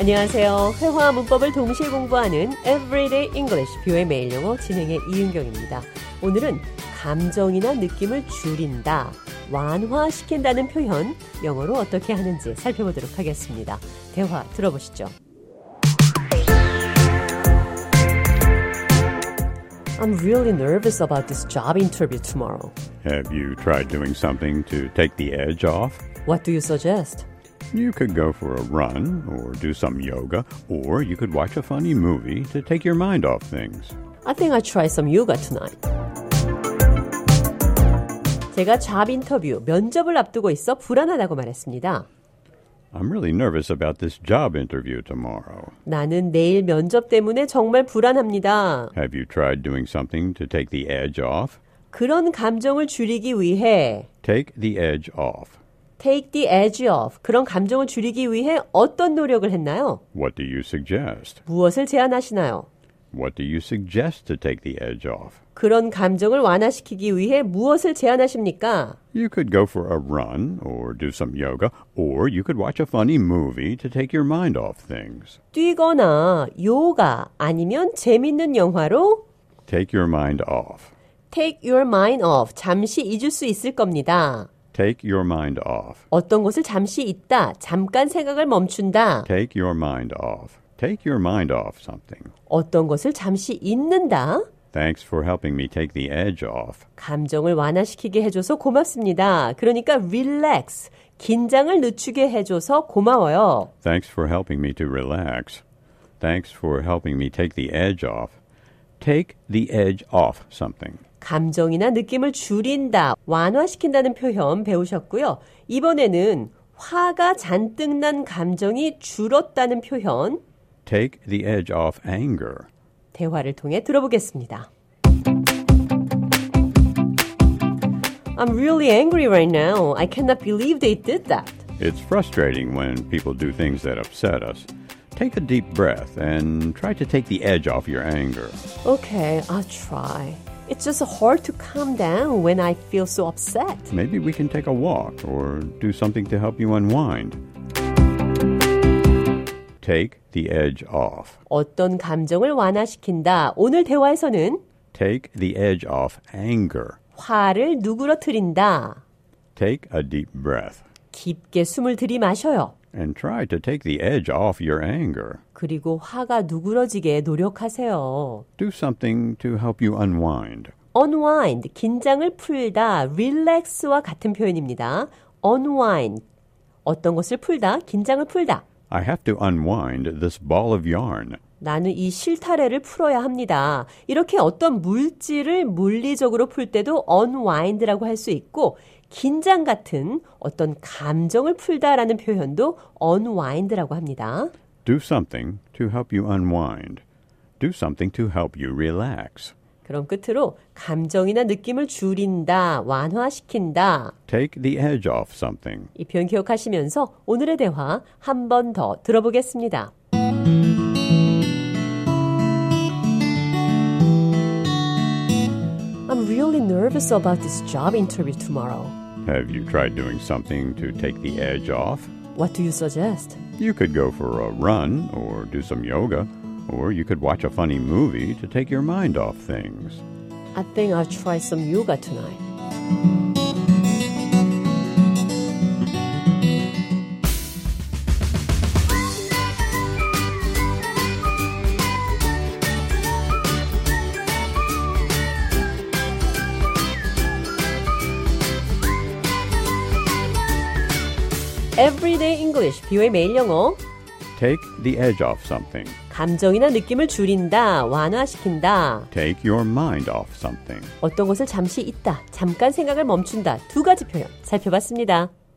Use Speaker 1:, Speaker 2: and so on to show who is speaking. Speaker 1: 안녕하세요. 회화와 문법을 동시에 공부하는 Everyday English 뷰의 매일 영어 진행의 이은경입니다. 오늘은 감정이나 느낌을 줄인다, 완화시킨다는 표현 영어로 어떻게 하는지 살펴보도록 하겠습니다. 대화 들어보시죠. I'm really nervous about this job interview tomorrow.
Speaker 2: Have you tried doing something to take the edge off?
Speaker 1: What do you suggest?
Speaker 2: You could go for a run, or do some yoga, or you could watch a funny movie to take your mind off things.
Speaker 1: I think I try some yoga tonight. 제가 잡 인터뷰 면접을 앞두고 있어 불안하다고 말했습니다.
Speaker 2: I'm really nervous about this job interview tomorrow.
Speaker 1: 나는 내일 면접 때문에 정말 불안합니다.
Speaker 2: Have you tried doing something to take the edge off?
Speaker 1: 그런 감정을 줄이기 위해
Speaker 2: Take the edge off.
Speaker 1: take the edge off 그런 감정을 줄이기 위해 어떤 노력을 했나요?
Speaker 2: What do you suggest?
Speaker 1: 무엇을 제안하시나요?
Speaker 2: What do you suggest to take the edge off?
Speaker 1: 그런 감정을 완화시키기 위해 무엇을 제안하십니까?
Speaker 2: You could go for a run, or do some yoga, or you could watch a funny movie to take your mind off things.
Speaker 1: 뛰거나 요가 아니면 재밌는 영화로
Speaker 2: Take your mind off.
Speaker 1: take your mind off 잠시 잊을 수 있을 겁니다.
Speaker 2: Take your mind off.
Speaker 1: 어떤 곳을 잠시 있다, 잠깐 생각을 멈춘다,
Speaker 2: Take your mind off. Take your mind off something.
Speaker 1: 어떤 것을 잠시 잊는다.
Speaker 2: Thanks for helping me take the edge off.
Speaker 1: 감정을 완화시키게 해줘서 고맙습니다. 그러니까 relax, 긴장을 늦추게 해줘서 고마워요.
Speaker 2: Thanks for helping me to relax. Thanks for helping me take the edge off. Take the edge off something.
Speaker 1: 감정이나 느낌을 줄인다, 완화시킨다는 표현 배우셨고요. 이번에는 화가 잔뜩 난 감정이 줄었다는 표현
Speaker 2: Take the edge off anger.
Speaker 1: 대화를 통해 들어보겠습니다. I'm really angry right now. I cannot believe they did that.
Speaker 2: It's frustrating when people do things that upset us. Take a deep breath and try to take the edge off your anger.
Speaker 1: Okay, I'll try. It's just hard to calm down when I feel so upset.
Speaker 2: Maybe we can take a walk or do something to help you unwind. Take the edge off.
Speaker 1: 어떤 감정을 완화시킨다. 오늘 대화에서는
Speaker 2: Take the edge off anger.
Speaker 1: 화를 누그러뜨린다.
Speaker 2: Take a deep breath
Speaker 1: 깊게 숨을 들이마셔요.
Speaker 2: and try to take the edge off your anger.
Speaker 1: 그리고 화가 누그러지게 노력하세요.
Speaker 2: Do something to help you unwind.
Speaker 1: unwind, 긴장을 풀다, relax와 같은 표현입니다. unwind, 어떤 것을 풀다, 긴장을 풀다.
Speaker 2: I have to unwind this ball of yarn.
Speaker 1: 나는 이 실타래를 풀어야 합니다. 이렇게 어떤 물질을 물리적으로 풀 때도 unwind라고 할 수 있고, 긴장 같은 어떤 감정을 풀다라는 표현도 unwind라고 합니다.
Speaker 2: Do something to help you unwind. Do something to help you relax.
Speaker 1: 그럼 끝으로 감정이나 느낌을 줄인다, 완화시킨다.
Speaker 2: Take the edge off something.
Speaker 1: 이 표현 기억하시면서 오늘의 대화 한 번 더 들어보겠습니다. I'm really nervous about this job interview tomorrow.
Speaker 2: Have you tried doing something to take the edge off?
Speaker 1: What do you suggest?
Speaker 2: You could go for a run or do some yoga, or you could watch a funny movie to take your mind off things.
Speaker 1: I think I'll try some yoga tonight. Everyday English, 비오의 매일 영어.
Speaker 2: Take the edge off something.
Speaker 1: 감정이나 느낌을 줄인다, 완화시킨다.
Speaker 2: Take your mind off something.
Speaker 1: 어떤 것을 잠시 있다, 잠깐 생각을 멈춘다 두 가지 표현 살펴봤습니다.